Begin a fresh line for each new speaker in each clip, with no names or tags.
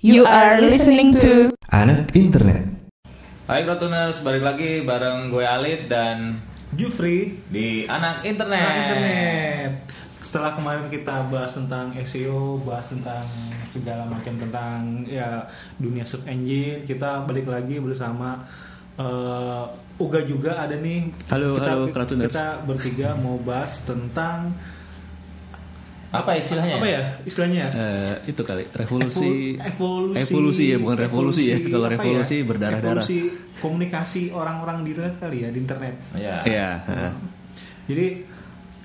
You are listening to
Anak Internet.
Hai Krotuners, balik lagi bareng gue Alit dan
Jufri
di Anak Internet.
Anak internet. Setelah kemarin kita bahas tentang SEO, bahas tentang segala macam tentang ya dunia search engine, kita balik lagi bersama eh, Uga juga ada nih.
Halo,
kita,
halo, Kratuners.
Kita bertiga mau bahas tentang
Apa istilahnya?
apa ya istilahnya?
Eh, itu kali revolusi
Evo- evolusi
evolusi ya bukan revolusi, ya kalau
apa
revolusi
ya?
berdarah-darah
Evolusi komunikasi orang-orang di internet kali ya di internet.
Iya.
Iya, heeh.
Jadi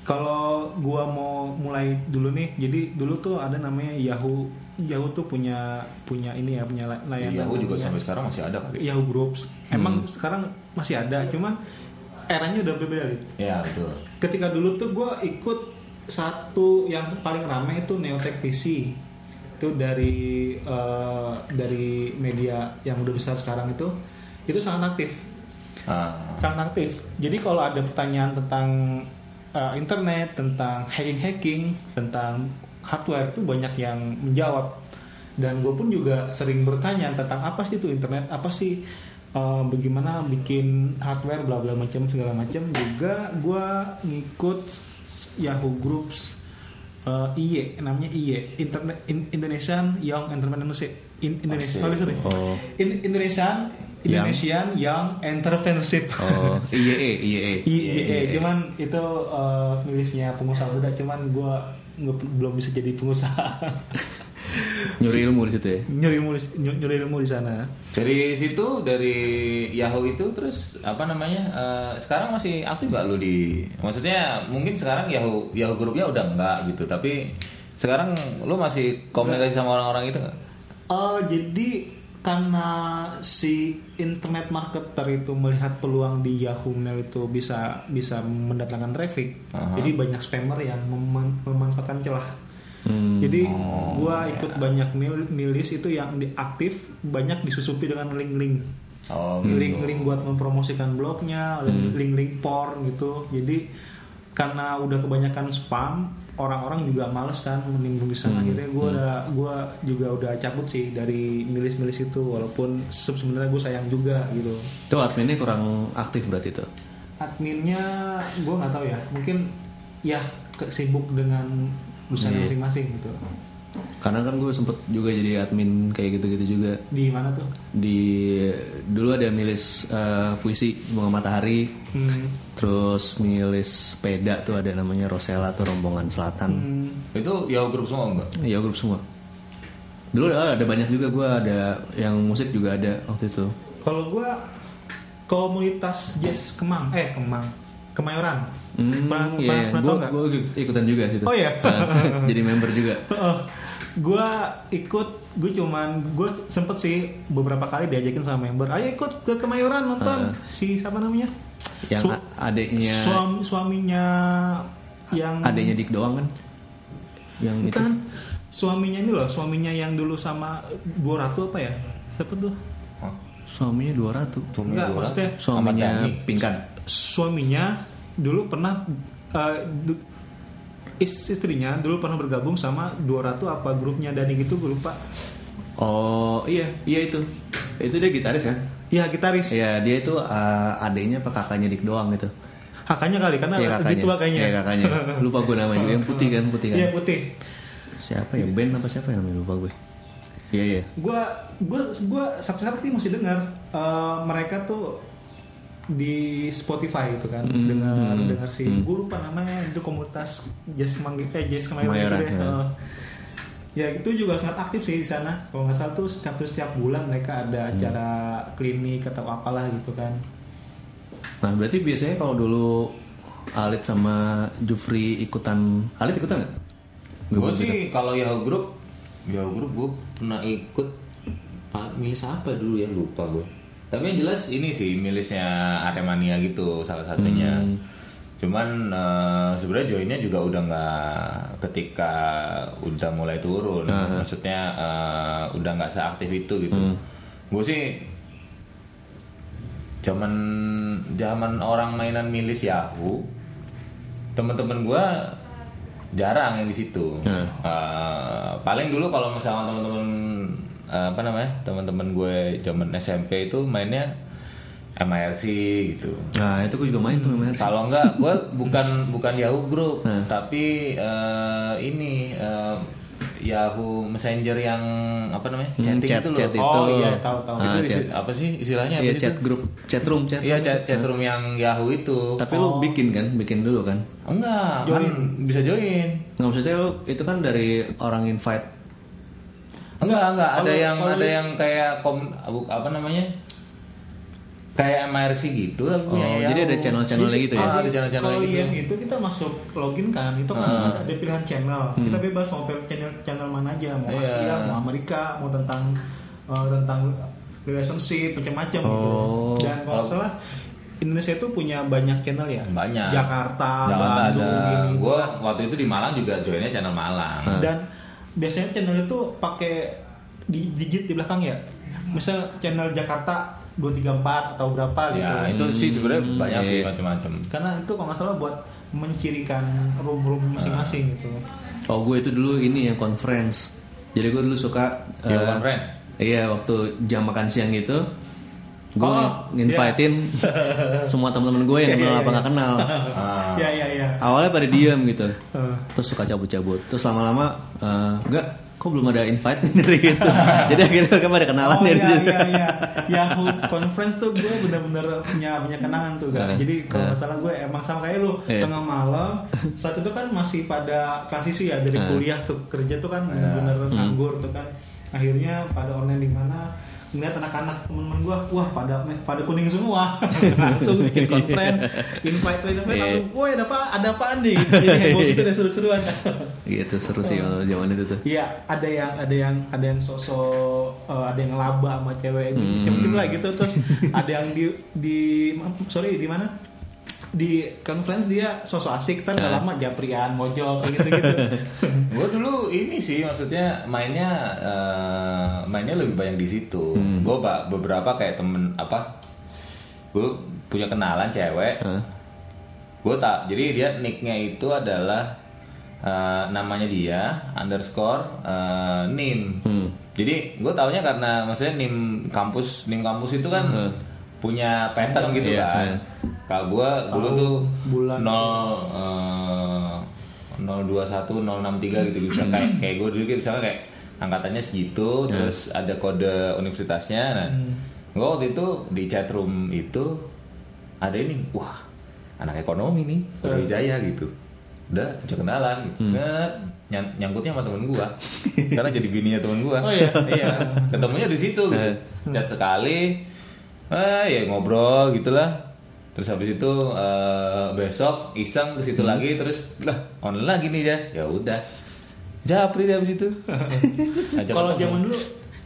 kalau gua mau mulai dulu nih, jadi dulu tuh ada namanya Yahoo. Yahoo tuh punya punya ini ya punya lay-
Di
layanan.
Yahoo juga
namanya
sampai sekarang Hmm. masih ada kali.
Yahoo Groups. Emang sekarang masih ada, cuma eranya udah berbeda. Lid.
Iya, betul.
Ketika dulu tuh gua ikut satu yang paling ramai itu Neotech PC. Itu dari eh, dari media yang udah besar sekarang itu itu sangat aktif
Ah,
sangat aktif. Jadi kalau ada pertanyaan tentang uh, internet, tentang hacking-hacking, tentang hardware itu banyak yang menjawab. Dan gue pun juga sering bertanya tentang apa sih itu internet, apa sih uh, bagaimana bikin hardware, bla bla macam segala macam. Juga gue ngikut s- Yahoo Groups uh, IE, namanya IE, Internet In- Indonesian Young Entrepreneurship. In- Indonesia, oh, lihat deh.
Oh.
In- Indonesian Indonesian Young Entrepreneurship.
oh iya iya iya
IYE, cuman itu eh, nulisnya pengusaha muda, cuman gue belum bisa jadi pengusaha.
nyuri ilmu di situ ya
nyuri ilmu, di- nyu- nyuri ilmu di sana.
dari situ dari Yahoo itu terus apa namanya? eh, sekarang masih aktif gak lu di Maksudnya mungkin sekarang Yahoo Yahoo grupnya udah enggak gitu, tapi sekarang lu masih komunikasi sama orang-orang itu nggak?
Eh, jadi karena si internet marketer itu melihat peluang di Yahoo Mail itu bisa bisa mendatangkan traffic, jadi banyak spammer yang mem- memanfaatkan celah.
Hmm,
Jadi
oh,
gua
iya.
ikut banyak mil milis itu yang di- aktif banyak disusupi dengan link-link.
Oh, gitu.
link-link buat mempromosikan blognya, link-link porn gitu. Jadi karena udah kebanyakan spam, orang-orang juga males kan menimbun di sana. Akhirnya gue gua juga udah cabut sih dari milis-milis itu, walaupun se- sebenarnya gue sayang juga gitu.
itu adminnya kurang aktif berarti itu
Adminnya gue nggak tahu ya, mungkin ya ke- sibuk dengan urusan masing-masing gitu.
karena kan gue sempet juga jadi admin kayak gitu-gitu juga
Di mana tuh?
di dulu ada milis eh, puisi bunga matahari
Hmm.
terus milis sepeda tuh ada namanya Rosella tuh rombongan selatan
Hmm.
Itu Yahoo grup semua enggak?
Ya grup semua. Dulu ada, ada banyak juga gue ada yang musik juga ada waktu itu.
Kalau gua komunitas jazz Kemang, eh Kemang, Kemayoran.
Hmm,
Pernah-
iya,
pernah-
iya.
pernah
Gua-
tau nggak?
gua ikutan juga situ.
Oh, iya?
Ah, jadi member juga.
Heeh. gua ikut, gue cuman gue sempet sih beberapa kali diajakin sama member, ayo ikut ke
Ah.
Kemayoran nonton si siapa namanya?
Yang
Su-
a- adeknya
suam- suaminya yang
Iya. adeknya Dik doang kan? Yang itu.
bukan suaminya ini loh, suaminya yang dulu sama dua ratu apa ya? Siapa tuh?
Hah?
Suaminya 200.
Suami
Enggak,
gua.
maksudnya
Suaminya
Ahmad Dhani.
Pingkan.
suaminya dulu pernah eh, du- is- istrinya dulu pernah bergabung sama dua ratu apa grupnya Dani gitu gue lupa
Oh, iya, iya itu. Itu dia gitaris kan?
ya gitaris
Iya, dia itu ah, adeknya apa kakaknya Dik doang gitu.
kakaknya kali karena
Iya
lebih
kakaknya.
tua kayaknya
Iya kakaknya. Lupa gue namanya juga yang putih kan, putih kan.
Iya, putih
Siapa ya? Ben apa siapa ya namanya lupa gue. Iya iya.
gue gue gue sampai sekarang sih masih dengar eh, mereka tuh di Spotify gitu kan
Hmm,
dengar dengar si gue lupa namanya itu komunitas jazz kemang eh jazz Kemayoran gitu
Kemayoran,
deh.
ya.
Eh, ya itu juga sangat aktif sih di sana kalau nggak salah tuh setiap setiap bulan mereka ada acara
Hmm.
klinik atau apalah gitu kan
Nah berarti biasanya kalau dulu Alit sama Jufri ikutan Alit ikutan nggak?
Gue sih kalau Yahoo Group, Yahoo Group gue pernah ikut pa- milis apa dulu ya lupa gue. Tapi yang jelas ini sih milisnya Aremania gitu salah satunya. Cuman eh, sebenarnya joinnya juga udah nggak ketika udah mulai turun. Maksudnya eh, udah nggak seaktif itu gitu. Gue sih zaman zaman orang mainan milis Yahoo teman-teman gua
Iya.
jarang yang di situ Eh, paling dulu kalau misalnya teman-teman eh, apa namanya teman-teman gue zaman SMP itu mainnya MIRC gitu.
Nah itu gue juga main tuh MRC.
Kalau enggak gue bukan bukan Yahoo Group
Nah.
tapi eh, ini eh, Yahoo Messenger yang apa namanya
Hmm,
chatting
chat,
itu loh.
chat itu.
Oh, iya, tahu, tahu.
Ah,
Itu
chat,
isi- apa sih istilahnya?
iya,
apa sih
chat
itu?
group, chat room, chat
Iya
room.
chat, chat room yang Yahoo itu.
Tapi lu bikin kan, bikin dulu kan.
Enggak, kan bisa join.
Nggak maksudnya lu itu kan dari orang invite.
Enggak, enggak. Ada
Kalau-
yang
kalau
ada yang kayak kom abu- apa namanya? Kayak MRC gitu tapi
Oh, jadi ada channel-channelnya gitu ya.
Ah, ada channel-channel
Kalau
gitu. Ah.
yang itu kita masuk login kan, itu kan ada pilihan channel. Kita bebas mau pilih channel channel mana aja, mau
Hmm. Iya.
Asia, mau Amerika, mau tentang eh, tentang relationship macam-macam gitu.
Oh.
Dan kalau nggak salah Indonesia itu punya banyak channel ya.
Banyak.
Jakarta,
Jakarta
Bandung,
ada.
gini, gitu
Gua
lah.
waktu itu di Malang juga joinnya channel Malang.
Dan biasanya channel itu pakai di digit di belakang ya. Misal channel Jakarta 234 atau berapa gitu.
Ya, itu sih sebenarnya banyak sih
iya.
macam-macam.
karena itu kalau nggak salah buat mencirikan
Ah.
room-room masing-masing gitu
Oh gue itu dulu ini yang conference. Jadi gue dulu suka.
Video
eh,
conference?
Iya waktu jam makan siang gitu. Gue
Oh, iya.
nginvitein semua teman-teman gue yang kenal apa nggak kenal.
Ah.
ya ya ya
Awalnya pada diem gitu.
Eh,
terus suka cabut-cabut terus lama-lama eh, enggak kok belum ada invite dari gitu jadi akhirnya mereka pada kenalan ya,
Oh
dari
iya
situ
iya iya Yahoo conference tuh gue bener-bener punya punya kenangan tuh kan.
Nah,
Jadi kalau nggak salah gue emang sama kayak lu
Iya.
tengah malam saat itu kan masih pada transisi ya dari kuliah ke kerja tuh kan bener-bener nganggur tuh kan. Akhirnya pada online di mana ngeliat anak-anak temen-temen gue wah pada pada kuning semua langsung bikin conference invite invite invite
Iya.
langsung woi ada apa ada apaan nih jadi heboh gitu deh seru-seruan
gitu seru
Oh.
sih kalau zaman itu tuh
Iya, ada yang ada yang ada yang sosok eh, ada yang laba sama cewek macam-macam lah gitu terus ada yang di di maaf, sorry di mana di conference dia sosok asik ntar nggak lama japrian mojok kayak gitu-gitu.
gue dulu ini sih maksudnya mainnya eh, mainnya lebih banyak di situ
Hmm.
gue pak beberapa kayak temen apa gue punya kenalan cewek
Hah?
gue tak jadi dia nicknya itu adalah eh, namanya dia underscore eh, nim
Hmm.
jadi gue taunya karena maksudnya nim kampus nim kampus itu kan punya pattern gitu
Hmm. Iya,
kan
iya.
kalau gue dulu tuh
bulan. ya.
0 eh, 021 063 gitu bisa kayak
Hmm.
kayak gue dulu gitu misalnya kayak angkatannya segitu
Ya.
terus ada kode universitasnya nah
Hmm.
gue waktu itu di chat room itu ada ini wah anak ekonomi nih
Hmm.
Kodwijaya gitu udah bisa kenalan gitu. Net, nyang- nyangkutnya sama temen gua karena jadi bininya temen gua
Oh, iya? Eh.
ketemunya di situ gitu. chat sekali eh ya ngobrol gitulah terus habis itu eh, besok iseng ke situ lagi terus lah online lagi nih ya ya udah japri deh habis itu Ajak
Kalau
ketemu.
zaman dulu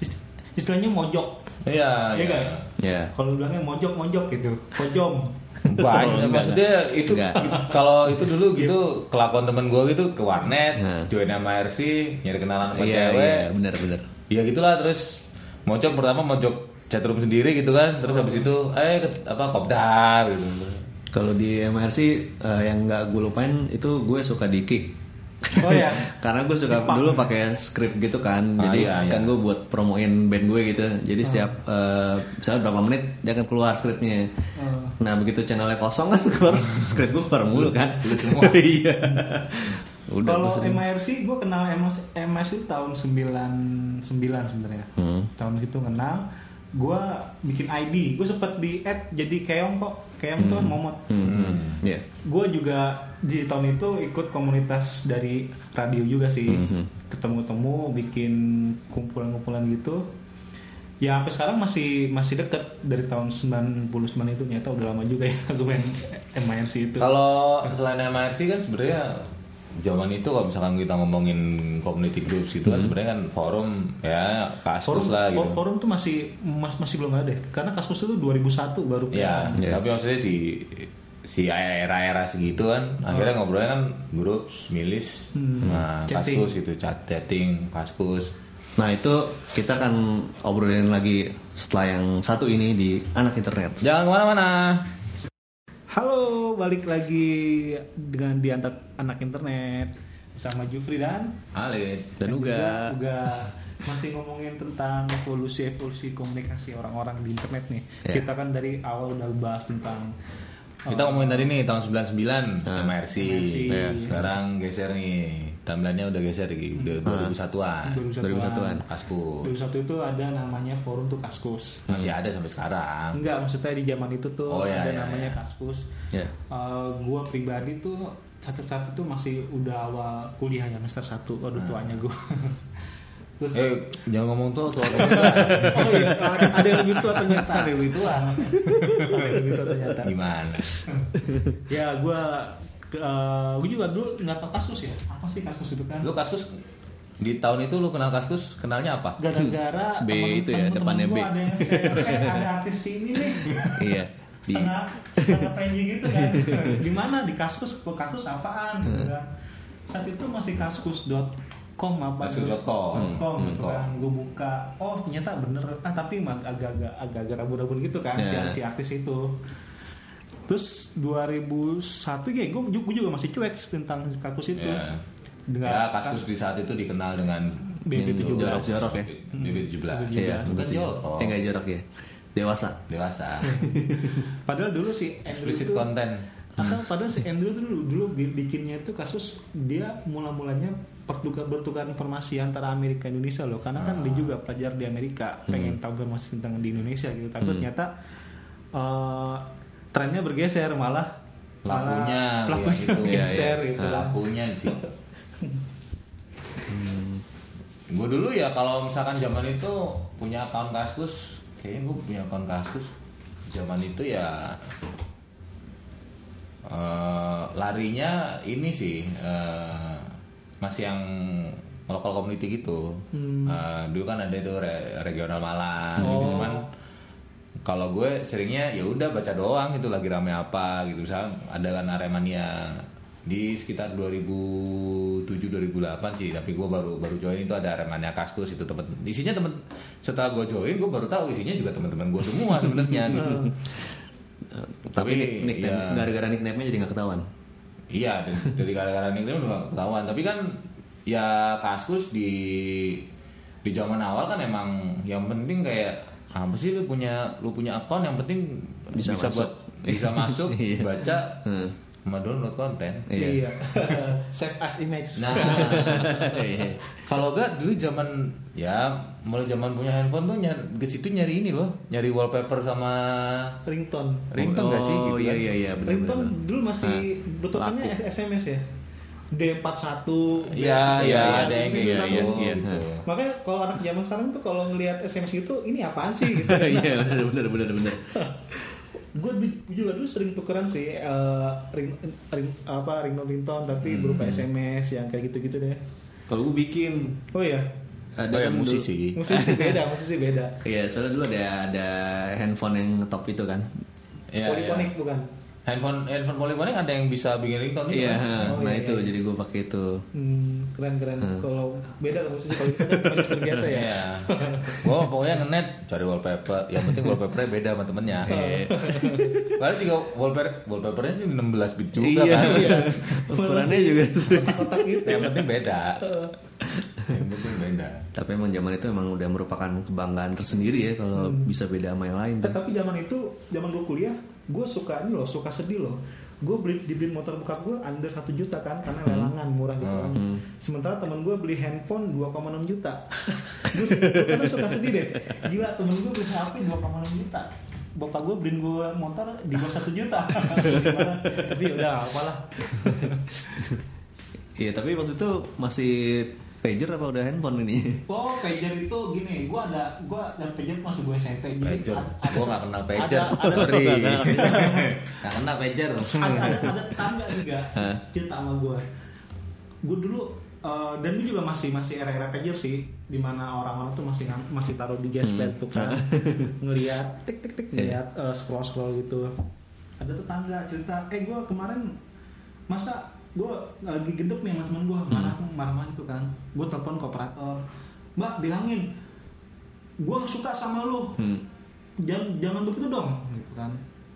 ist- istilahnya mojok.
iya iya.
Iya kan?
ya
Kalau bilangnya mojok mojok gitu. Pojom.
banyak
Enggak,
maksudnya ya, itu
Enggak.
kalau itu dulu gitu kelakuan temen gue gitu ke warnet
Nah.
join sama RC nyari kenalan sama
iya
cewek
iya benar benar
ya gitulah terus mojok pertama mojok chatroom sendiri gitu kan terus habis itu eh ke- apa kopdar gitu
kalau di MRC eh, yang nggak gue lupain itu gue suka di kick
Oh ya.
karena gue suka dulu pakai script gitu kan
Ah,
jadi
iya, iya.
kan gue buat promoin band gue gitu jadi setiap eh, misalnya berapa menit dia akan keluar scriptnya nah begitu channelnya kosong kan keluar script gue keluar mulu kan iya udah
Kalau
gua sering.
MIRC, gue kenal MS MIRC itu tahun 99 sebenarnya.
Hmm.
Tahun itu kenal. Gue bikin ID. Gue sempet di add jadi keong kok. Keong tuh kan momot.
Hmm, iya.
Gue juga di tahun itu ikut komunitas dari radio juga sih.
Hmm.
Ketemu-temu, bikin kumpulan-kumpulan gitu. Ya sampai sekarang masih masih deket dari tahun 99 itu. Nyata udah lama juga ya gue main MIRC itu.
kalau selain MRC kan sebenarnya zaman itu kalau misalkan kita ngomongin community groups gitu kan sebenarnya kan forum ya
forum
kasus lah gitu
for- forum tuh masih mas- masih belum ada deh karena kasus itu 2001 baru
Ya,
Iya.
tapi maksudnya di si era-era segitu kan
Oh.
akhirnya ngobrolnya kan grup, milis,
Hmm.
nah,
Chatting.
kaskus gitu, chat chatting, kaskus.
Nah itu kita akan obrolin lagi setelah yang satu ini di anak internet.
Jangan kemana-mana.
halo balik lagi dengan diantap anak internet sama Jufri dan
Alit.
Dan juga
juga juga masih ngomongin tentang evolusi evolusi komunikasi orang-orang di internet nih.
Iya.
Kita kan dari awal udah bahas tentang
Kita ngomongin tadi nih tahun 99
Ah.
MRC.
MRC.
Ya, Sekarang geser nih. Timelinenya udah geser gitu. di udah 2001-an.
2001-an.
Kaskus.
Dulu satu itu ada namanya forum tuh kaskus.
Masih ada sampai sekarang.
Enggak, maksudnya di zaman itu tuh
Oh, iya,
ada
iya,
namanya
iya.
kaskus.
Ya.
Eh, gua pribadi tuh satu-satu tuh masih udah awal kuliah ya semester satu. Waduh tuanya gua. Terus
Nah. Eh, jangan ngomong tua tua tua.
oh iya, ada yang lebih tua ternyata. Ada yang lebih tua. ada yang lebih tua ternyata.
Gimana?
Ya gua eh, gua juga dulu nggak tahu kasus ya. Apa sih kasus itu kan?
Lu Kaskus di tahun itu lu kenal Kaskus kenalnya apa?
gara-gara
B
temen-
itu ya,
temen-temen
depannya
gua
B.
ada yang share, "Eh, ada artis sini nih
Iya. Di-
setengah setengah penji gitu kan di mana di kaskus kaskus apaan gitu
Hmm.
kan saat itu masih kaskus.com apa gitu.
Kaskus.com.
com
Hmm,
gitu
com.
kan gue buka oh ternyata bener ah tapi emang agak-agak agak-agak rabu-rabu gitu kan si-
Ya.
si, artis itu terus 2001 ya gue juga masih cuek tentang kaskus itu
Ya.
Dengan-
Ya, Kaskus di saat itu dikenal dengan
BB17.
Jorok-jorok ya.
Hmm. BB17.
Iya,
Bukan
betul.
jorok.
Eh enggak jorok ya. Dewasa.
Dewasa.
padahal dulu si Andrew
Explicit
itu-
konten.
Atau padahal si Andrew tuh dulu, dulu bi- bikinnya itu kasus dia mula-mulanya bertukar bertukar informasi antara Amerika dan Indonesia loh karena kan dia juga pelajar di Amerika pengen tahu informasi tentang di Indonesia gitu tapi ternyata eh, trennya bergeser malah
Lakunya,
malah
ya,
pelakunya
gitu. Iya,
bergeser
iya.
gitu lah.
Pelakunya di situ. Gue dulu ya kalau misalkan zaman itu punya akun Kaskus, kayaknya gue punya akun Kaskus zaman itu ya eh, larinya ini sih eh, masih yang lokal community gitu.
Hmm.
Eh, dulu kan ada itu re- regional Malang, gitu.
Oh.
cuman kalau gue seringnya ya udah baca doang gitu lagi rame apa gitu misalnya ada kan Aremania di sekitar 2007 2008 sih tapi gue baru baru join itu ada Aremania Kaskus itu temen isinya temen setelah gue join gue baru tahu isinya juga teman-teman gue semua sebenarnya gitu
Tapi, Oh,
Tapi,
nick- nickname
iya.
gara-gara nickname-nya jadi nggak ketahuan.
Iya, dari, dari gara-gara nickname udah nggak ketahuan. Tapi kan ya Kaskus di di zaman awal kan emang yang penting kayak apa sih lu punya lu punya akun yang penting
Bisa
bisa,
masuk.
buat bisa masuk,
Iya.
baca,
Hmm.
sama download konten.
Iya.
Iya. Save as image.
Nah,
Iya.
kalau gak dulu zaman ya mulai zaman punya handphone tuh nyari, ke situ nyari ini loh, nyari wallpaper sama
Ringtone.
ringtone nggak sih gitu
Oh, iya
kan.
iya iya benar benar.
Ringtone dulu
Nah,
masih bentukannya SMS ya. D41.
Iya, iya,
D41,
ada yang kayak
gitu
Iya,
kan.
iya,
gitu.
iya.
gitu.
Makanya kalau anak zaman sekarang tuh kalau ngelihat SMS itu ini apaan sih gitu.
Iya benar benar benar benar.
gue juga dulu sering tukeran sih eh, ring, ring apa ringtone ringtone tapi
Hmm.
berupa SMS yang kayak gitu-gitu deh.
Kalau gue bikin
Oh iya,
ada
Oh, ya,
kan dulu-
musisi.
musisi beda, musisi beda.
Iya, soalnya dulu ada ada handphone yang ngetop itu kan.
Iya, iya.
Poliponik bukan?
Handphone handphone poliponik ada yang bisa bikin ringtone juga.
Iya,
Oh,
nah
iya,
itu
iya.
jadi gue pakai itu.
Hmm, keren keren. Kalau beda kalau musisi kalau itu kan cuma hipster biasa ya.
Iya. Gua pokoknya ngenet cari wallpaper. Yang penting wallpapernya beda sama temennya.
Iya.
Padahal juga wallpaper wallpapernya cuma 16 bit juga
iya,
kan.
iya. Ukurannya juga.
Kotak-kotak gitu.
Yang penting beda. yang penting beda.
Tapi emang zaman itu emang udah merupakan kebanggaan tersendiri ya kalau bisa beda sama yang lain.
Eh, Tapi zaman itu, zaman gue kuliah, gue suka ini loh, suka sedih loh. Gue beli dibeliin motor bokap gue under 1 juta kan, karena lelangan murah gitu kan. Sementara temen gue beli handphone 2,6 juta. gue karena suka sedih deh. Gila temen gue beli HP 2,6 juta. Bapak gue beliin gue motor di bawah 1 juta. Gimana? Tapi udah apalah.
Iya, tapi waktu itu masih pager apa udah handphone ini?
Oh, pager itu gini, gue ada, gue ada pager masuk gue SMP. Jadi
Pager.
ad- ada-
Gua nggak kenal pager.
Ada, ada,
Sorry. Nggak kenal pager.
ada ada, ada tetangga juga cerita sama gue gue dulu eh, dan gue juga masih masih era-era pager sih dimana orang-orang tuh masih ngang- masih taruh di gasket tuh kan ngelihat tik tik tik ngelihat scroll scroll gitu ada tetangga cerita eh gue kemarin masa gue lagi gedek nih sama temen gue marah marah itu kan gue telepon ke operator mbak bilangin gue nggak suka sama lu
Hmm.
jangan jangan begitu dong gitu kan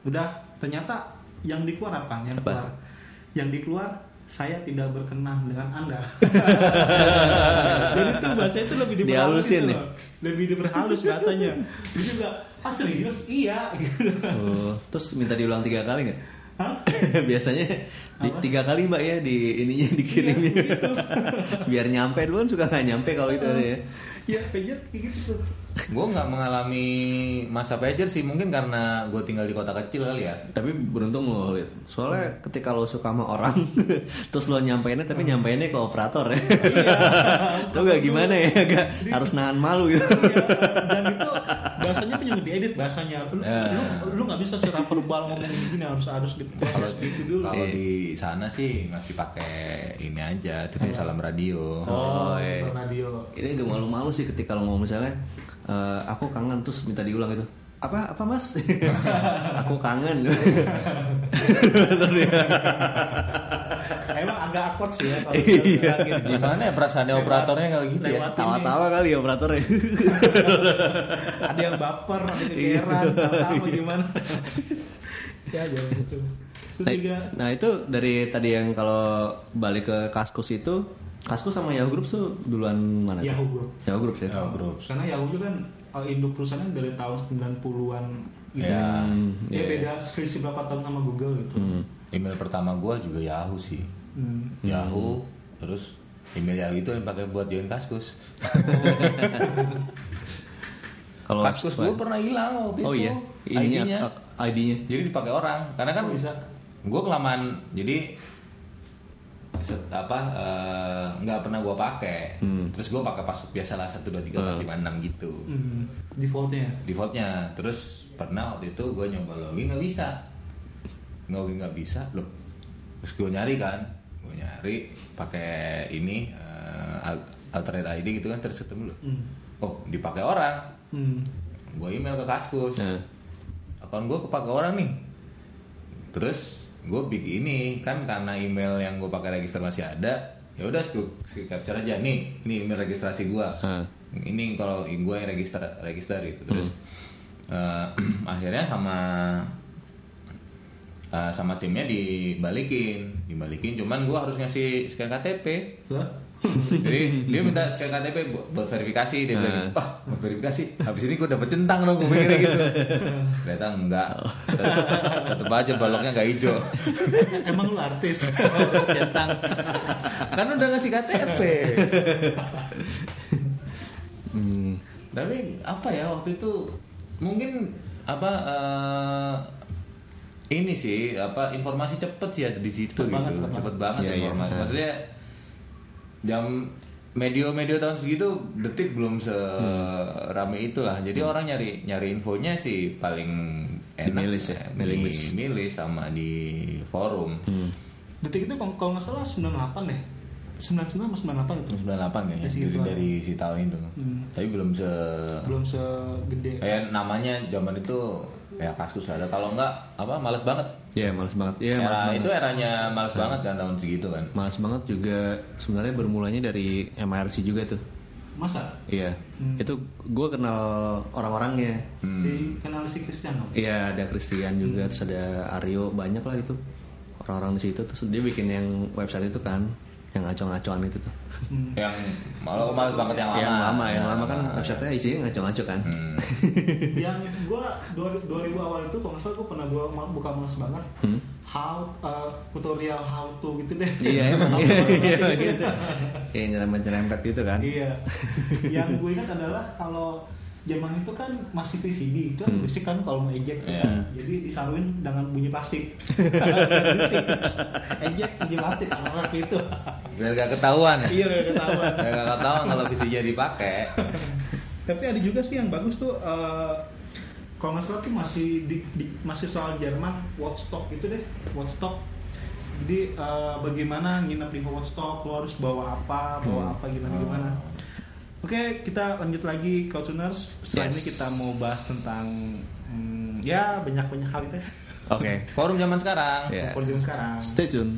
udah ternyata yang dikeluar apa yang
Apa?
keluar yang dikeluar saya tidak berkenan dengan anda. Dan itu bahasa itu lebih diperhalus
Dihalusin
gitu
nih.
loh. Lebih diperhalus bahasanya. Dia juga, ah serius? Iya.
Oh, terus minta diulang tiga kali nggak?
Hah?
Biasanya di,
Apa? Iya, gitu.
tiga kali mbak ya di ininya dikirimnya. Biar nyampe dulu kan suka nggak nyampe kalau itu ya.
Ya, pager kayak gitu.
gue nggak mengalami masa pager sih mungkin karena gue tinggal di kota kecil kali ya
Tapi beruntung lo Lid. Soalnya
Oh.
ketika lo suka sama orang terus lo nyampeinnya tapi nyampeinnya ke operator ya.
Iya.
Itu gak gimana ya? Agak harus nahan malu gitu.
Iya, dan itu bahasanya punya diedit bahasanya lu lu, lu nggak bisa secara verbal ngomong gini harus harus
kalau
diproses gitu dulu
kalau di sana sih masih pakai ini aja titip salam radio
Iya. oh,
iya.
radio
Ini agak malu-malu sih ketika lo ngomong misalnya "Eh, aku kangen terus minta diulang gitu. Apa apa Mas? aku kangen.
Iya. emang agak awkward sih ya kalau
Iya.
Gimana ya perasaannya operatornya kalau gitu ya?
Lewat.
Tawa-tawa Iya, kali ya operatornya.
ada yang baper ada yang kegeran apa gimana ya jangan gitu terus
Nah,
juga
nah, itu dari tadi yang kalau balik ke Kaskus itu Kaskus sama Yahoo Group tuh duluan mana? tuh?
Yahoo Group.
Yahoo Group ya.
Oh, bro.
karena Yahoo juga kan eh, induk perusahaannya dari tahun 90-an gitu
Ya,
ya
ya.
beda selisih berapa tahun sama Google gitu
Email pertama gua juga Yahoo sih.
Hmm.
Yahoo terus email Yahoo itu yang pakai buat join Kaskus.
Kalau
Oh,
Kaskus gua pernah hilang waktu
Oh
itu.
iya,
ID-nya.
ininya uh, ID-nya.
Jadi dipakai orang karena kan
ya, eh. Oh, bisa.
gua kelamaan jadi set- apa eh, nggak pernah gua pakai terus gua pakai password biasa lah satu dua tiga empat lima enam gitu
hmm. defaultnya
defaultnya terus pernah waktu itu gue nyoba login nggak bisa login nggak bisa loh terus gue nyari kan gue nyari pakai ini eh, al- alternate ID gitu kan terus ketemu loh
Hmm.
oh dipakai orang
Hmm.
gue email ke kaskus
Nah.
akun gue kepake orang nih terus gue bikin ini kan karena email yang gue pakai register masih ada ya udah gue capture aja nih ini email registrasi gue
Hah.
ini kalau gue yang register register gitu terus eh, akhirnya sama eh, sama timnya dibalikin dibalikin cuman gue harus ngasih scan KTP jadi dia minta scan KTP bu- buat verifikasi dia bilang, wah buat verifikasi. Habis ini gue dapet centang dong, gue mikirnya gitu. Ternyata enggak. Tetep, tetep aja baloknya enggak hijau.
Emang lu artis? Centang.
Kan udah ngasih KTP.
Hmm.
Tapi apa ya waktu itu mungkin apa eh, ini sih apa informasi cepet sih ada di situ
Cepet
gitu.
banget, cepet
cepet banget
Iya, iya.
informasi. Maksudnya jam medio-medio tahun segitu detik belum
Hmm.
serame itulah. Jadi orang nyari nyari infonya sih paling
Di
enak
milis Iya. ya,
eh,
mailing
di
list.
milis sama di forum.
Detik itu kalau kalau nggak salah 98 deh. 99 sama 98 itu.
98 kayaknya
Dari
dari,
situ.
dari si tahun itu. Tapi belum se
Belum segede.
kayak namanya zaman itu ya kasus ada kalau enggak apa males banget.
Ya, males banget. Ya, males Hmm.
Era,
banget.
itu eranya males banget kan tahun segitu kan.
Males banget juga sebenarnya bermulanya dari MRC juga tuh.
Masa?
Iya.
Hmm.
Itu gue kenal orang-orangnya.
Si kenal si Christian dong.
Iya, ada Christian
Hmm.
juga, terus ada Aryo, banyak lah itu. Orang-orang di situ terus dia bikin yang website itu kan, yang ngaco-ngacoan itu tuh.
Yang malah males banget yang lama.
yang lama, yang lama kan websitenya isinya ngaco-ngaco kan.
Ah. Hmm.
Yang gua dua- 2000 awal itu kalau nggak salah gua pernah gua ma- buka males banget.
Hmm.
How uh, tutorial how to gitu deh.
Iya, emang.
How to
Iya,
automasi
iya,
gitu.
gitu. Kayak nyerempet-nyerempet gitu kan.
Iya. Yang gue ingat adalah kalau zaman itu kan masih VCD itu kan
Hmm.
berisik kan kalau mau ejek Nah,
Iya.
jadi disaruin dengan bunyi plastik Berisik. ejek bunyi plastik gitu. orang itu
Biar gak ketahuan ya.
iya udah ketahuan
Biar gak ketahuan kalau visinya dipakai.
tapi ada juga sih yang bagus tuh eh, kalau nggak salah tuh masih di, di- masih soal Jerman Woodstock itu deh Woodstock jadi eh, bagaimana nginep di Woodstock lo harus bawa apa
Hmm.
bawa apa gimana gimana oke kita lanjut lagi Couchuners setelah ini
Yes.
kita mau bahas tentang hmm, ya banyak banyak hal itu
Oke.
Forum zaman sekarang.
Iya.
kalau zaman sekarang
Stay tune.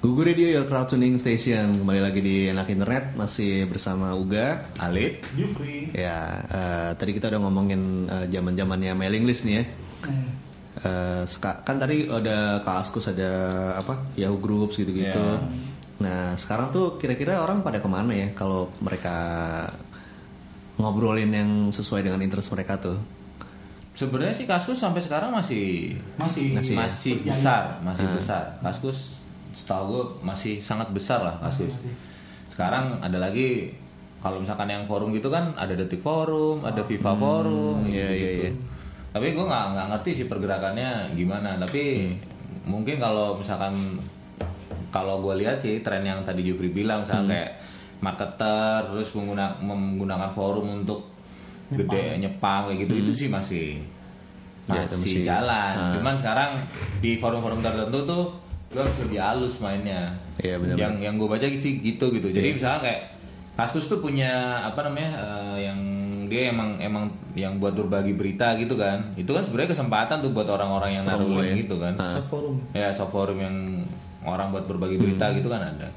Google Radio Your Crowd Tuning Station kembali lagi di Enak Internet masih bersama Uga.
Alip.
Jufri
Ya, eh, tadi kita udah ngomongin eh, zaman-zamannya mailing list nih ya.
Hmm.
eh, seka- kan tadi ada Kaskus ada apa Yahoo Groups gitu-gitu.
Ya.
Iya.
Nah sekarang tuh kira-kira orang pada kemana ya kalau mereka ngobrolin yang sesuai dengan interest mereka tuh.
Sebenarnya sih Kaskus sampai sekarang masih
Masih.
Masih ya? Ah.
masih besar, masih besar. Kaskus setahu gue masih sangat besar lah Kaskus. Sekarang ada lagi kalau misalkan yang forum gitu kan ada detik forum, ada Viva forum,
iya,
gitu-gitu.
iya, iya.
Tapi gue nggak nggak ngerti sih pergerakannya gimana.
Hmm.
Tapi mungkin kalau misalkan kalau gue lihat sih tren yang tadi Jupri bilang, misalnya
Hmm.
kayak marketer terus mengguna- menggunakan forum untuk gede nyepam
Hmm.
kayak gitu itu sih masih
Ya, itu
masih
masih-
jalan.
Ah.
Cuman sekarang di forum-forum tertentu tuh lo harus lebih halus mainnya.
Iya, benar.
Yang yang gue baca sih gitu gitu. Jadi misalnya kayak Kaskus tuh punya apa namanya eh, yang dia emang emang yang buat berbagi berita gitu kan. Itu kan sebenarnya kesempatan tuh buat orang-orang yang naruh
Software.
link gitu kan.
Ah.
Seforum.
Ya soft forum yang orang buat berbagi
Hmm.
berita gitu kan ada.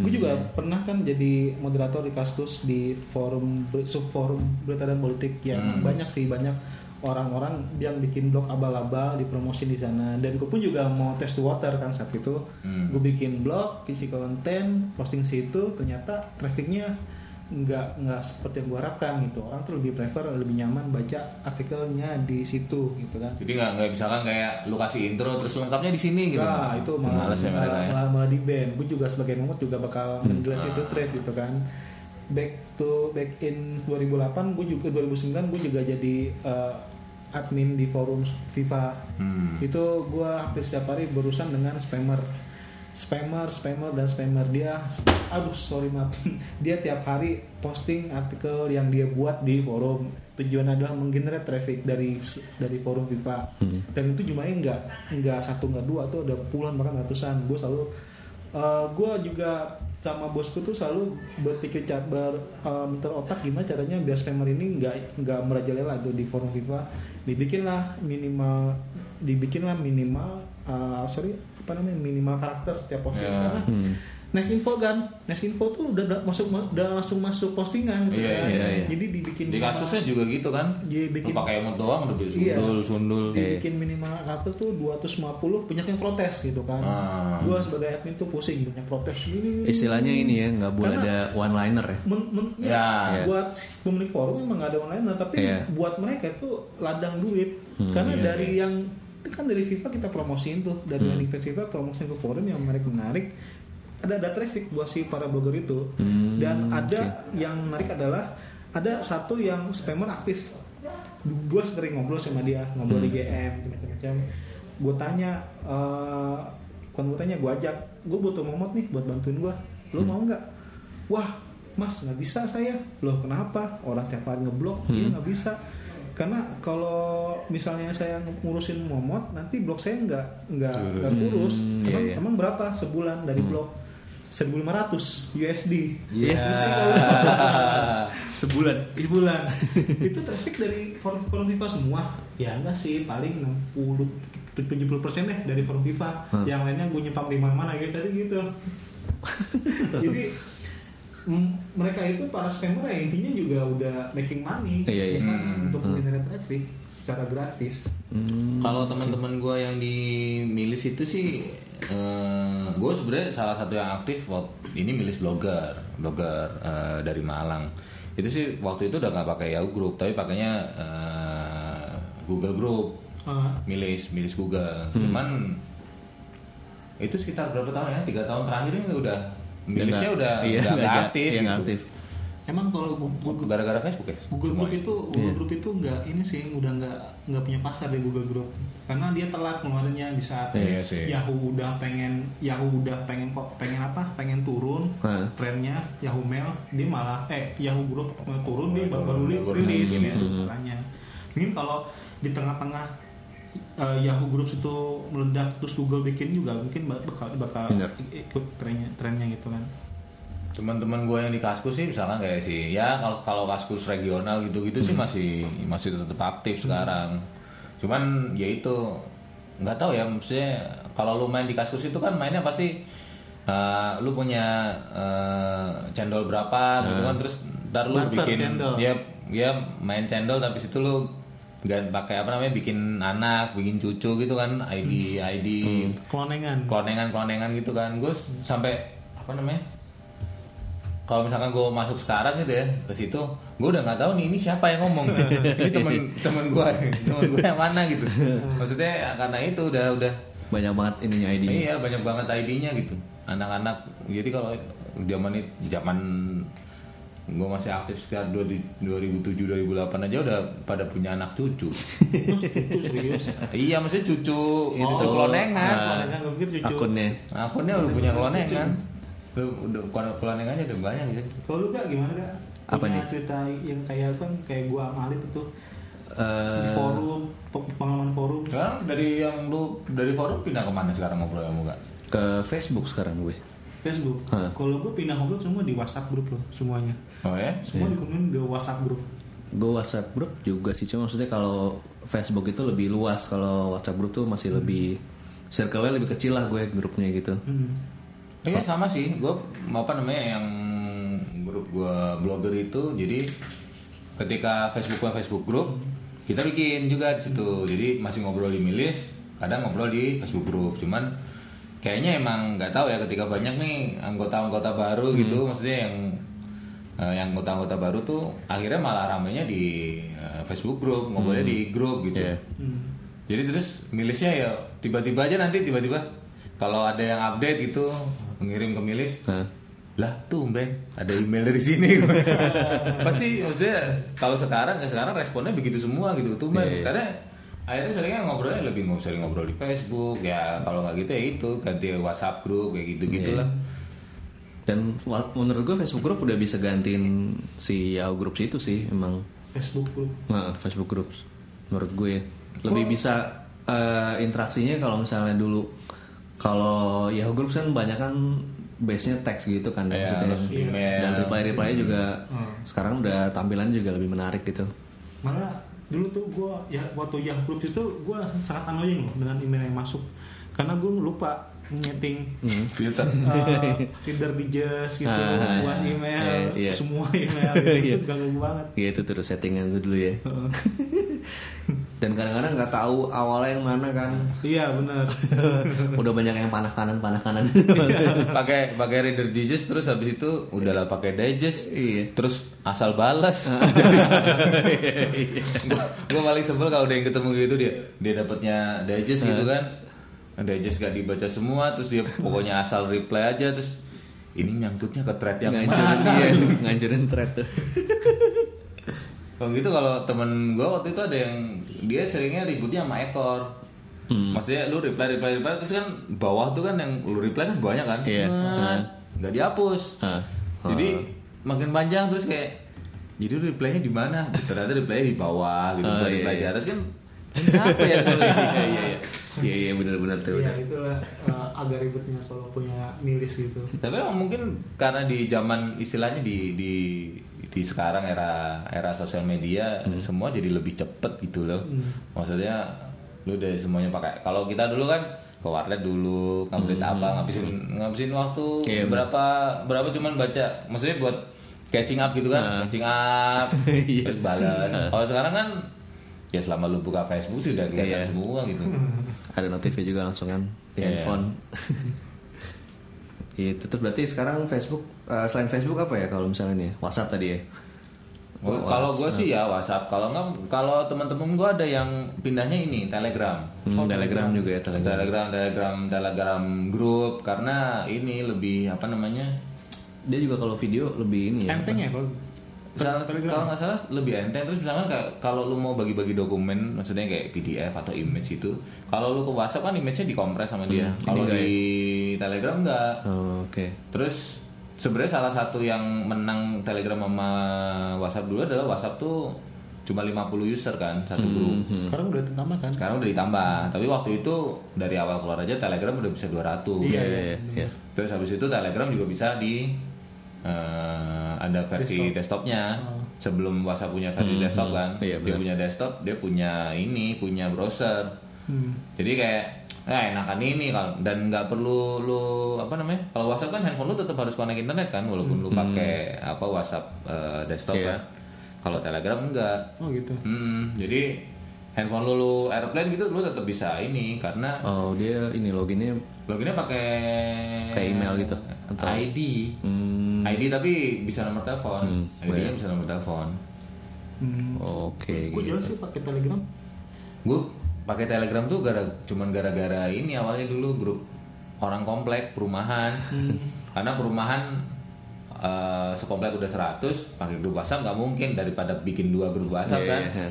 Gue juga pernah kan jadi moderator di Kaskus di forum subforum berita dan politik yang banyak sih banyak orang-orang yang bikin blog abal-abal dipromosi di sana dan gue pun juga mau test water kan saat itu gue bikin blog isi konten posting situ ternyata trafficnya nggak nggak seperti yang gue harapkan gitu orang tuh lebih prefer lebih nyaman baca artikelnya di situ gitu kan
Jadi nggak nggak misalkan kayak lu kasih intro terus lengkapnya di sini gitu.
Nah, itu malah
Males ya mereka
malah,
ya. Hmm.
malah, malah di band. Gue juga sebagai memut juga bakal menjelek itu trade gitu kan. Back to back in 2008 gue juga 2009 gue juga jadi eh, admin di forum FIFA.
Hmm.
Itu gue hampir setiap hari berurusan dengan spammer. Spammer, spammer dan spammer dia aduh sorry maaf. dia tiap hari posting artikel yang dia buat di forum. Tujuan adalah menggenerate traffic dari dari forum FIFA. Dan itu jumlahnya nggak nggak satu nggak dua tuh ada puluhan bahkan ratusan. Gue selalu gue juga sama bosku tuh selalu berpikir cat ber eh, muter otak gimana caranya biar spammer ini nggak nggak merajalela tuh di forum FIFA dibikinlah minimal dibikinlah minimal eh, sorry apa namanya minimal karakter setiap posting
Ya.
karena Next info kan, next info tuh udah, udah masuk udah langsung masuk postingan gitu
Iya,
kan.
iya,
iya.
Jadi dibikin
Di kasusnya juga gitu kan.
Iya, bikin-
Lu pakai emot doang udah
Iya.
sundul sundul.
dibikin minimal karakter tuh 250 banyak yang protes gitu kan.
Ah.
Gua sebagai admin tuh pusing banyak protes ini.
Istilahnya ini ya nggak boleh
Karena-
ada one liner ya.
men, men-
Ya.
ya,
Ya.
buat pemilik forum emang nggak ada online nah, tapi
Iya.
buat mereka tuh ladang duit karena
iya,
dari yang itu kan dari FIFA kita promosiin tuh dari landing page FIFA promosiin ke forum yang menarik menarik ada ada traffic buat si para blogger itu dan ada yang menarik adalah ada satu yang spammer aktif gue sering ngobrol sama dia ngobrol di
Hmm.
GM macam-macam gue tanya eh bukan gue tanya gue ajak gue butuh momot nih buat bantuin gue lo
Hmm.
mau nggak wah mas nggak bisa saya loh kenapa orang tiap hari ngeblok dia
Hmm.
nggak bisa karena kalau misalnya saya ngurusin momot nanti blok saya nggak nggak nggak kurus
Hmm,
emang,
iya, Hmm. iya.
emang berapa sebulan dari blok 1.500 USD
Iya.
Sebulan.
bulan itu traffic dari forum forum FIFA semua ya enggak sih paling 60 70 persen deh dari forum FIFA
Hmm.
yang lainnya gue nyepam di mana mana gitu tadi gitu jadi mm, mereka itu para spammer ya intinya juga udah making money
Iya, iya.
di sana
Hmm.
untuk menggenerate traffic secara gratis
Hmm.
Kalau teman-teman gue yang di milis itu sih, eh, gue sebenarnya salah satu yang aktif waktu ini milis blogger, blogger eh, dari Malang. Itu sih waktu itu udah nggak pakai Yahoo Group, tapi pakainya eh, Google Group.
Ah,
milis milis Google
Hmm.
cuman itu sekitar berapa tahun ya tiga tahun terakhir ini udah milisnya
Nggak-
udah
iya,
udah
nggak
nggak
ada-
aktif
iya, nggak
gitu.
aktif.
emang kalau Google
gara-gara Facebook ya
Google
semua
Group
ya?
itu Google Group itu nggak ini sih udah nggak nggak punya pasar di Google Group karena dia telat keluarnya di saat
Iya sih.
Yahoo udah pengen Yahoo udah pengen kok pengen apa pengen turun
Hah.
trennya Yahoo Mail dia malah eh Yahoo Group mau turun
Mulai
dia
turun,
baru
baru
rilis
naikin ya.
gitu caranya mungkin kalau di tengah-tengah eh, Yahoo Group itu meledak terus Google bikin juga mungkin bakal bakal
Bener.
ikut trennya trennya gitu kan
teman-teman gue yang di Kaskus sih misalkan kayak si ya kalau kalau Kaskus regional gitu-gitu sih
Hmm.
masih masih tetap aktif sekarang cuman ya itu nggak tahu ya maksudnya kalau lu main di Kaskus itu kan mainnya pasti eh, lu punya eh, cendol berapa gitu kan terus ntar lu
Nah. Barter
bikin
cendol.
ya ya main cendol tapi situ lu nggak pakai apa namanya bikin anak bikin cucu gitu kan ID ID
Hmm. Kelonengan.
kelonengan kelonengan gitu kan gue sampai apa namanya kalau misalkan gue masuk sekarang gitu ya ke situ gue udah nggak tahu nih ini siapa yang ngomong ini teman teman gue teman gue yang mana gitu maksudnya karena itu udah udah
banyak banget ininya ID
iya banyak banget ID-nya gitu anak-anak jadi kalau zaman itu zaman gue masih aktif sekitar 2007 2008 aja udah pada punya anak cucu
Cucu serius.
iya maksudnya cucu
Itu
cucu
tuh.
kelonengan
Nah.
Kelonengan gue pikir cucu.
akunnya
akunnya udah punya kelonengan udah udah kelonengannya udah banyak gitu
Kalau lu gak gimana gak?
Apa
Punya
nih?
cerita yang kayak kan kayak gua sama Alif itu di
Eh,
forum pe- pengalaman forum
sekarang dari yang lu dari forum pindah kemana sekarang ngobrol sama gak?
ke Facebook sekarang gue
Facebook.
Hah.
Kalau gua pindah ngobrol semua di WhatsApp grup loh semuanya.
oh ya
Semua
Iya.
dikumpulin di WhatsApp grup.
gue WhatsApp group juga sih cuma maksudnya kalau Facebook itu lebih luas kalau WhatsApp group tuh masih lebih circle-nya lebih kecil lah gue grupnya gitu
Hmm.
Iya sama sih, gue apa namanya yang grup gue blogger itu, jadi ketika Facebooknya Facebook grup, kita bikin juga di situ. Jadi masih ngobrol di milis, kadang ngobrol di Facebook grup. Cuman kayaknya emang nggak tahu ya ketika banyak nih anggota-anggota baru gitu, maksudnya yang eh, yang anggota-anggota baru tuh akhirnya malah ramenya di eh, Facebook grup, ngobrolnya di grup gitu.
Iya.
Hmm.
Jadi terus milisnya ya tiba-tiba aja nanti tiba-tiba kalau ada yang update gitu mengirim ke milis.
Hah?
Lah tumben ada email dari sini. Pasti maksudnya kalau sekarang ya sekarang responnya begitu semua gitu tumben
Iya, iya.
karena akhirnya seringnya ngobrolnya lebih ngobrol sering ngobrol di Facebook ya kalau nggak gitu ya itu ganti WhatsApp grup kayak gitu gitulah.
dan wa- menurut gue Facebook group udah bisa gantiin si Yahoo Groups itu sih emang
Facebook grup.
nah, Facebook groups menurut gue lebih bisa eh, interaksinya kalau misalnya dulu kalau Yahoo Groups kan banyak kan base-nya teks gitu kan dan
Iya,
maksudnya-
terus email.
dan reply-reply juga sekarang udah tampilan juga lebih menarik gitu
Malah dulu tuh gue ya waktu Yahoo Group itu gue sangat annoying loh dengan email yang masuk karena gue lupa nyeting
Iya.
Filter.
uh, reader digest gitu
Hmm. Ah,
buat
iya.
email
Iya, iya.
semua email gitu,
Iya.
itu ganggu banget Oh.
ya itu terus settingan itu dulu ya
Heeh.
dan kadang-kadang nggak tahu awalnya yang mana kan
iya bener
udah banyak yang panah kanan panah kanan
pakai pakai reader digest terus habis itu udahlah pakai digest
Iya.
terus asal balas
Eh, iya,
gua, gua paling sebel kalau ada yang ketemu gitu dia dia dapatnya digest gitu kan digest gak dibaca semua terus dia pokoknya asal reply aja terus ini nyangkutnya ke thread yang
ngancurin
mana
Nah,
gitu.
dia ngancurin thread tuh
kalau gitu kalau temen gue waktu itu ada yang dia seringnya ributnya sama ekor.
Hmm.
Maksudnya lu reply reply reply terus kan bawah tuh kan yang lu reply kan banyak kan.
Iya.
Nah, Nggak dihapus.
Hah.
Jadi makin panjang terus kayak jadi lu reply-nya di mana? Gitu, Ternyata reply-nya di bawah gitu.
Oh,
Gua
iya,
reply di
iya.
atas kan apa ya sebenarnya?
iya iya iya. iya iya benar-benar tuh
iya
benar.
itulah uh, agak ribetnya kalau punya milis gitu
Tapi emang mungkin karena di zaman istilahnya di di di sekarang era era sosial media
Hmm.
semua jadi lebih cepet gitu loh. Maksudnya lu dari semuanya pakai. Kalau kita dulu kan ke warnet dulu ngupdate apa ngabisin ngabisin waktu
Hmm. Iya, bener.
berapa berapa cuman baca. Maksudnya buat catching up gitu
Nah.
kan, catching up
Iya.
terus balas. Kalau sekarang kan ya selama lu buka Facebook sih udah kelihatan
Iya.
semua gitu.
ada notifnya juga langsung kan di
Iya.
handphone itu terus berarti sekarang Facebook eh, selain Facebook apa ya kalau misalnya nih WhatsApp tadi ya Oh,
Gua- kalau gue sih ya WhatsApp. Kalau nggak, kalau teman-teman gue ada yang pindahnya ini Telegram.
Hmm,
Oh,
Telegram juga ya Telegram
Telegram, Telegram, Telegram grup karena ini lebih apa namanya?
dia juga kalau video lebih ini ya
enteng ya kalau
Misal- kalau nggak salah lebih enteng terus misalkan kayak- kalau lu mau bagi-bagi dokumen maksudnya kayak PDF atau image itu kalau lu ke WhatsApp kan image-nya dikompres sama dia
Hmm, ini
kalau
nggak ya?
di Telegram nggak
Oh, oke
Terus sebenarnya salah satu yang menang Telegram sama WhatsApp dulu adalah WhatsApp tuh cuma 50 user kan satu
Hmm,
grup.
sekarang udah tertambah kan
Sekarang udah ditambah, tapi waktu itu dari awal keluar aja Telegram udah bisa 200.
iya iya iya, iya.
Terus habis itu Telegram juga bisa di eh, ada versi desktopnya. Sebelum WhatsApp punya versi desktop kan,
Hmm. Iya, benar.
dia punya desktop, dia punya ini, punya browser.
Hmm.
Jadi kayak eh enakan ini kalau dan nggak perlu lu apa namanya kalau WhatsApp kan handphone lu tetap harus connect internet kan walaupun lu pakai apa WhatsApp eh, desktop
Hmm. Iya.
kan kalau Telegram enggak
oh gitu
Hmm, jadi handphone lu, lu airplane gitu lu tetap bisa ini karena
Oh dia ini loginnya
loginnya pakai
Kayak email gitu, atau-
ID
hmm,
ID tapi bisa nomor telepon
Hmm,
ID-nya bisa nomor telepon
Hmm.
oke
Gue
gitu.
jalan sih pakai Telegram.
gue pakai Telegram tuh gara cuman gara-gara ini awalnya dulu grup orang komplek perumahan
Hmm.
karena perumahan eh, sekomplek udah 100 pakai grup WhatsApp nggak mungkin daripada bikin dua grup WhatsApp
Iya,
kan
iya, iya.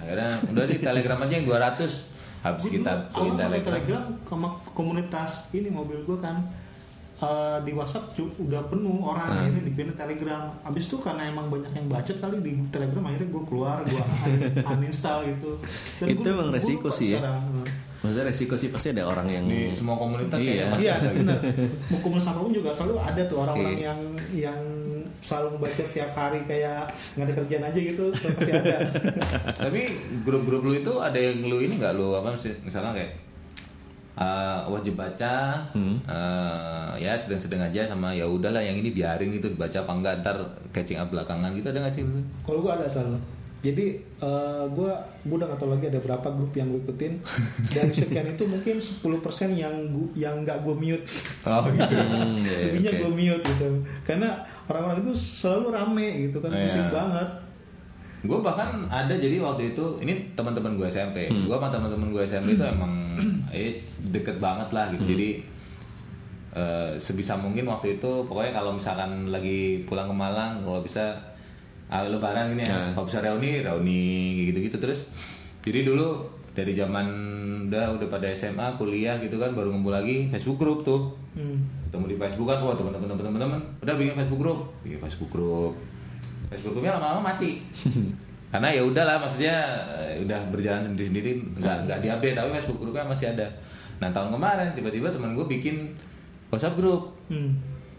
akhirnya udah di Telegram aja yang 200 habis
Hmm. Gua
kita
dulu
bikin
awal pakai
Telegram
Telegram sama komunitas ini mobil gue kan eh, di WhatsApp cu- udah penuh orang
Hmm.
akhirnya dibikin Telegram. Abis itu karena emang banyak yang bacot kali di Telegram akhirnya gue keluar gue uninstall gitu.
Itu
gua-
emang
gua
resiko
lupa
sih ya.
sekarang. eh.
Maksudnya resiko sih pasti ada orang yang
di semua komunitas
Iya.
kayaknya pasti
Iya
ada. gitu.
benar. Mau komunitas apapun juga selalu ada tuh orang-orang
Iya.
yang yang selalu baca tiap hari kayak nggak ada kerjaan aja gitu pasti ada.
tapi grup-grup lu itu ada yang lu ini nggak lu apa sih misalnya kayak eh, wajib baca
Hmm.
eh, ya sedang-sedang aja sama ya udahlah yang ini biarin gitu dibaca apa enggak ntar catching up belakangan gitu ada nggak sih lu?
Kalau gue ada selalu. Jadi gue gue udah gak tau lagi ada berapa grup yang gue ikutin dari sekian itu mungkin 10% yang gu- yang nggak gue mute
oh gitu
Hmm, iya, iya,
lebihnya
oke.
gue mute gitu karena orang-orang itu selalu rame gitu kan
Iya.
pusing banget
gue bahkan ada jadi waktu itu ini teman-teman gue SMP gue sama teman-teman gue SMP itu emang eh, deket banget lah gitu jadi eh, sebisa mungkin waktu itu pokoknya kalau misalkan lagi pulang ke Malang kalau bisa ah, lebaran gini ya kalau bisa reuni reuni gitu-gitu terus jadi dulu dari zaman udah udah pada SMA kuliah gitu kan baru ngumpul lagi Facebook group tuh
Hmm.
ketemu di Facebook kan wah teman-teman teman-teman teman-teman udah bikin Facebook group bikin Facebook group Facebook grupnya lama-lama mati karena ya udahlah maksudnya eh, udah berjalan sendiri-sendiri nggak nggak diupdate tapi Facebook grupnya masih ada nah tahun kemarin tiba-tiba teman gue bikin WhatsApp group
Hmm.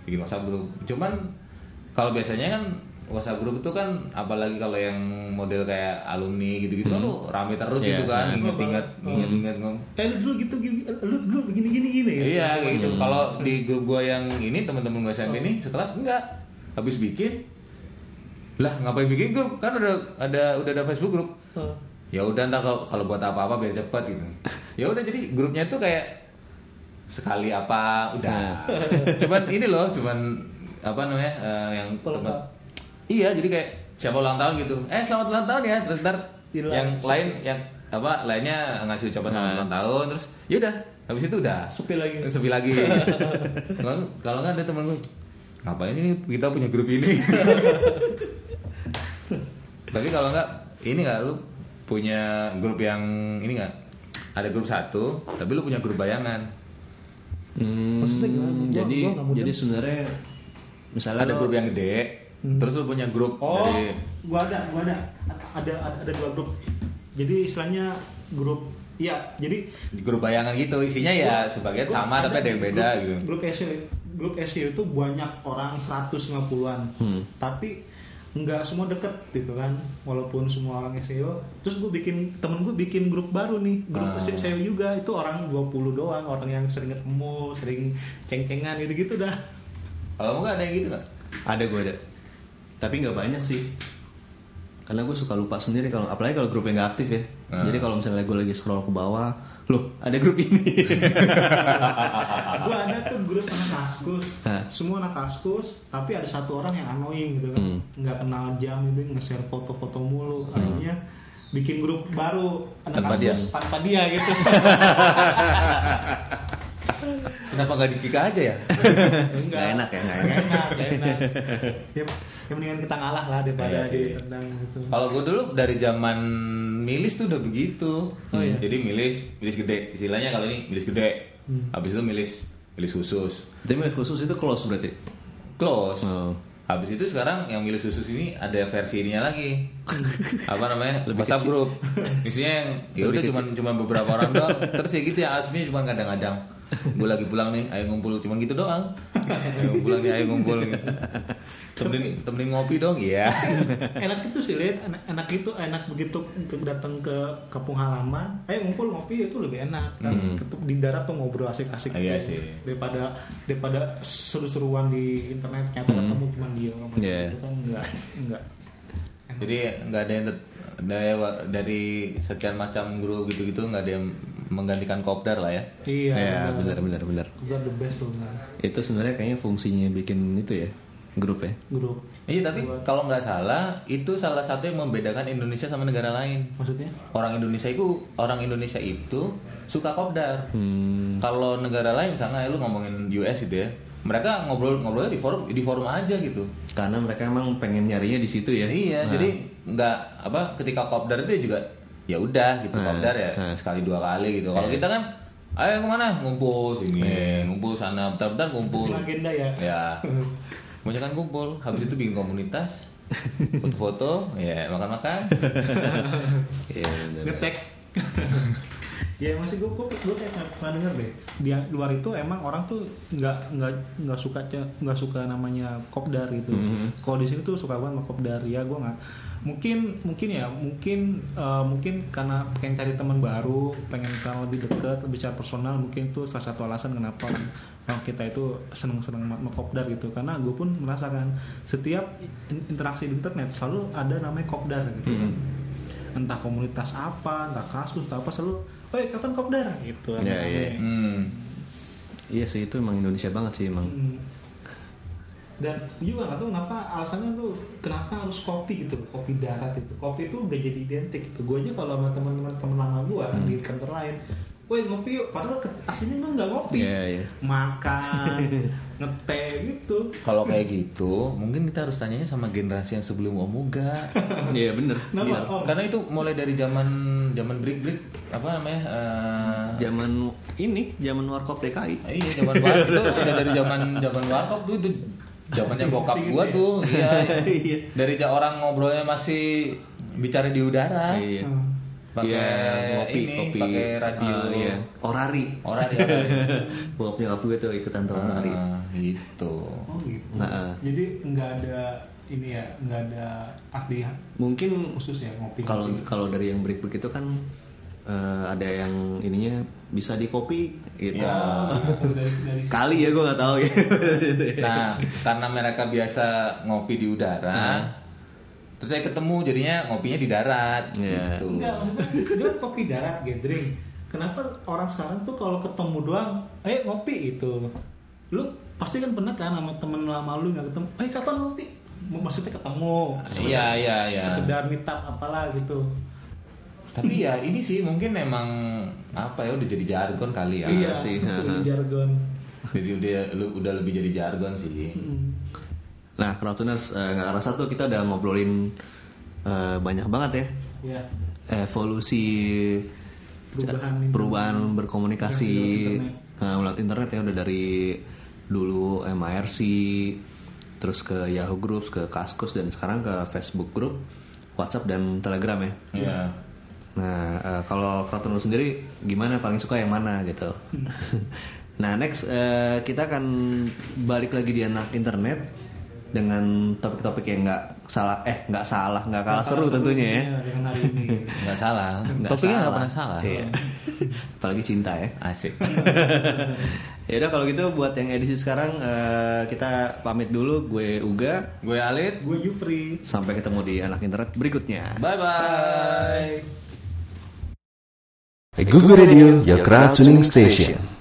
bikin WhatsApp group cuman kalau biasanya kan WhatsApp group itu kan apalagi kalau yang model kayak alumni gitu-gitu kan lu rame terus
Iya,
gitu
nah.
kan inget-inget inget-inget ngomong
eh lu dulu gitu gini- lu dulu gini gini gini ya?
Iya kayak gitu. Kalau di grup gue yang ini teman-teman gue SMP ini sekelas enggak. Habis bikin lah ngapain bikin grup kan udah ada udah ada Facebook grup.
Heeh.
Ya udah ntar kalau kalau buat apa-apa biar cepat gitu. Ya udah jadi grupnya tuh kayak sekali apa udah. cuman ini loh cuman apa namanya eh, yang
Ulang
tempat.
tahun.
Iya jadi kayak siapa ulang tahun gitu. Eh selamat ulang tahun ya terus ntar
Hilang.
yang lain yang apa lainnya ngasih ucapan selamat ulang tahun terus ya udah habis itu udah
sepi lagi
Eh, sepi lagi kalau kalau nggak ada teman gue ngapain ini kita punya grup ini tapi kalau nggak ini nggak lu punya grup yang ini nggak ada grup satu tapi lu punya grup bayangan
Hmm,
Maksudnya gimana? Gua-
jadi
gua nggak mudah.
jadi sebenarnya misalnya
ada
lo-
grup yang gede terus lu punya grup
Oh,
dari
gua ada, gua ada. Ada ada, ada dua grup. Jadi istilahnya grup Iya, jadi
grup bayangan gitu isinya ya sebagian
gua
sama tapi ada yang
grup-
beda gitu
Grup SEO grup SEO itu banyak orang 150-an.
Hmm.
Tapi nggak semua deket gitu kan walaupun semua orang SEO terus gue bikin temen gue bikin grup baru nih grup
Ah.
SEO juga itu orang 20 doang orang yang sering ketemu sering ceng-cengan gitu-gitu dah
kalau nggak ada yang gitu nggak
Ada gue ada. Tapi nggak banyak sih. Karena gue suka lupa sendiri kalau apalagi kalau grupnya nggak aktif ya.
Ah.
Hmm.
Jadi kalau misalnya gue lagi scroll ke bawah, loh ada grup ini.
gue ada tuh grup anak kaskus
Ah. Hah?
semua anak kaskus tapi ada satu orang yang annoying gitu kan
Hmm.
nggak kenal jam itu nge-share foto-foto mulu akhirnya bikin grup baru anak
Tanpa
kaskus tanpa dia gitu
kenapa nggak di kick aja ya
enggak
Nggak enak ya, nggak enak.
Nggak enak nggak enak ya, ya mendingan kita ngalah lah daripada
Iya sih.
ditendang gitu
Kalau gue dulu dari zaman milis tuh udah begitu.
Oh, iya.
Jadi milis, milis gede. Istilahnya kalau ini milis gede.
Hmm.
Habis itu milis, milis khusus.
Tapi milik khusus itu close berarti.
Close.
Oh.
Habis itu sekarang yang milis khusus ini ada versi ininya lagi. Apa namanya?
Lebih
WhatsApp
kecil.
group. Isinya yang ya
Lebih
udah
kecil.
cuman cuman beberapa orang doang. Terus ya gitu ya adminnya cuman kadang-kadang gue lagi pulang nih, ayo ngumpul cuman gitu doang. Ayo pulang nih, ayo ngumpul gitu. Temenin, temenin ngopi dong, iya.
enak itu sih lihat enak, enak itu enak begitu ke- datang ke kampung halaman ayo ngumpul ngopi itu lebih enak kan Ketu- di darat tuh ngobrol asik-asik
Iya
gitu.
sih.
daripada daripada seru-seruan di internet ternyata ketemu cuma dia orang
Iya.
itu kan enggak enggak
Jadi nggak ada yang tet- dari, dari sekian macam grup gitu-gitu nggak ada yang menggantikan kopdar lah ya.
Iya.
ya benar benar benar
Kopdar kan the best tuh benar.
itu sebenarnya kayaknya fungsinya bikin itu ya grup ya
Grup.
Iya tapi kalau nggak salah itu salah satu yang membedakan Indonesia sama negara lain.
Maksudnya?
Orang Indonesia itu orang Indonesia itu suka kopdar.
hmm,
Kalau negara lain misalnya lu ngomongin US gitu ya, mereka ngobrol ngobrolnya di forum di forum aja gitu.
karena mereka emang pengen nyarinya di situ ya
Iya,
Nah,
jadi nggak apa ketika kopdar itu juga ya udah gitu kopdar ya sekali dua kali gitu. Kalau kita kan ayo kemana ngumpul sini, ngumpul sana, bentar-bentar ngumpul.
Bikin agenda ya.
Ya. Banyak kan kumpul, habis itu bikin komunitas, foto-foto, ya makan-makan. Iya, bener.
Ngetek. ya masih gue gue gue kayak nggak pernah denger deh di luar itu emang orang tuh nggak nggak nggak suka ce- nggak suka namanya kopdar gitu kalau di sini tuh suka banget sama kopdar ya gue nggak mungkin mungkin ya mungkin eh, mungkin karena pengen cari teman baru pengen kenal lebih dekat lebih secara personal mungkin itu salah satu alasan kenapa orang- orang kita itu seneng-seneng sama sama kopdar gitu karena gue pun merasakan setiap in- interaksi di internet selalu ada namanya kopdar gitu entah komunitas apa, entah kasus, entah apa selalu, "Oi, kapan kopdar?" gitu.
Iya, iya.
Hmm.
iya sih itu emang Indonesia banget sih emang
Hmm. Dan juga nggak tahu kenapa alasannya tuh kenapa harus kopi gitu, kopi darat itu. Kopi itu udah jadi identik. Gitu. Gue aja kalau sama teman-teman teman lama gue
Hmm.
di kantor lain, "Woi, ngopi yuk." Padahal ke- aslinya gue nggak ngopi.
Iya, iya.
Makan, ngeteh gitu.
Kalau kayak gitu, mungkin kita harus tanyanya sama generasi yang sebelum Omuga.
iya bener
Kenapa?
Biar-
Om?
Karena itu mulai dari zaman zaman break break apa namanya? eh,
zaman ini zaman warkop DKI
Iya zaman warkop itu udah dari zaman zaman warkop tuh itu zamannya bokap gua tuh iya dari ja- orang ngobrolnya masih bicara di udara
iya
pakai
Iya, ngopi,
ini
kopi.
pakai radio
Ah, iya. Orari.
orang ya
Bokap nyokap gue tuh ikutan tuh orari.
Nah, gitu
Oh gitu.
Nah,
Jadi nggak ada ini ya, nggak ada arti
Mungkin
Iya.
khusus ya ngopi.
kalau kalau dari yang break break itu kan eh, ada yang ininya bisa di kopi gitu.
Iya.
dari, dari
Kali ya gue nggak tahu ya.
Nah, karena mereka biasa ngopi di udara,
Ah.
terus saya ketemu jadinya ngopinya di darat
Iya.
gitu.
Enggak, maksudnya itu kan kopi darat gathering. Kenapa orang sekarang tuh kalau ketemu doang, eh ngopi gitu. Lu pasti kan pernah kan sama temen lama lu nggak ketemu, eh kapan ngopi? M- Maksudnya ketemu.
Iya, iya, iya.
Sekedar meet up apalah gitu.
Tapi ya ini sih mungkin memang apa ya udah jadi jargon kali ya.
Iya sih,
itu
ha-ha.
jargon.
Jadi udah lu- udah lebih jadi jargon sih.
Hmm.
Nah, Crowdtuners eh, nggak kerasa tuh kita udah ngobrolin eh, banyak banget ya
Ya,
evolusi
perubahan
eh,
internet.
perubahan berkomunikasi
Berkomunikasi
eh, melalui internet ya udah dari dulu MIRC terus ke Yahoo Groups ke Kaskus dan sekarang ke Facebook Group WhatsApp dan Telegram ya.
Iya.
Nah, eh, kalau Kraton lu sendiri gimana paling suka yang mana gitu. nah, next eh, kita akan balik lagi di anak internet dengan topik-topik yang nggak salah eh nggak salah nggak kalah seru tentunya ya.
Iya, dengan hari ini.
Nggak salah.
Nggak
Topiknya nggak pernah salah.
Iya. Apalagi cinta ya.
Asik.
Ya udah kalau gitu buat yang edisi sekarang eh, kita pamit dulu gue Uga
Gue Alit.
Gue Yufri.
sampai ketemu di anak internet berikutnya.
Bye bye.
Google Radio, your crowd tuning station.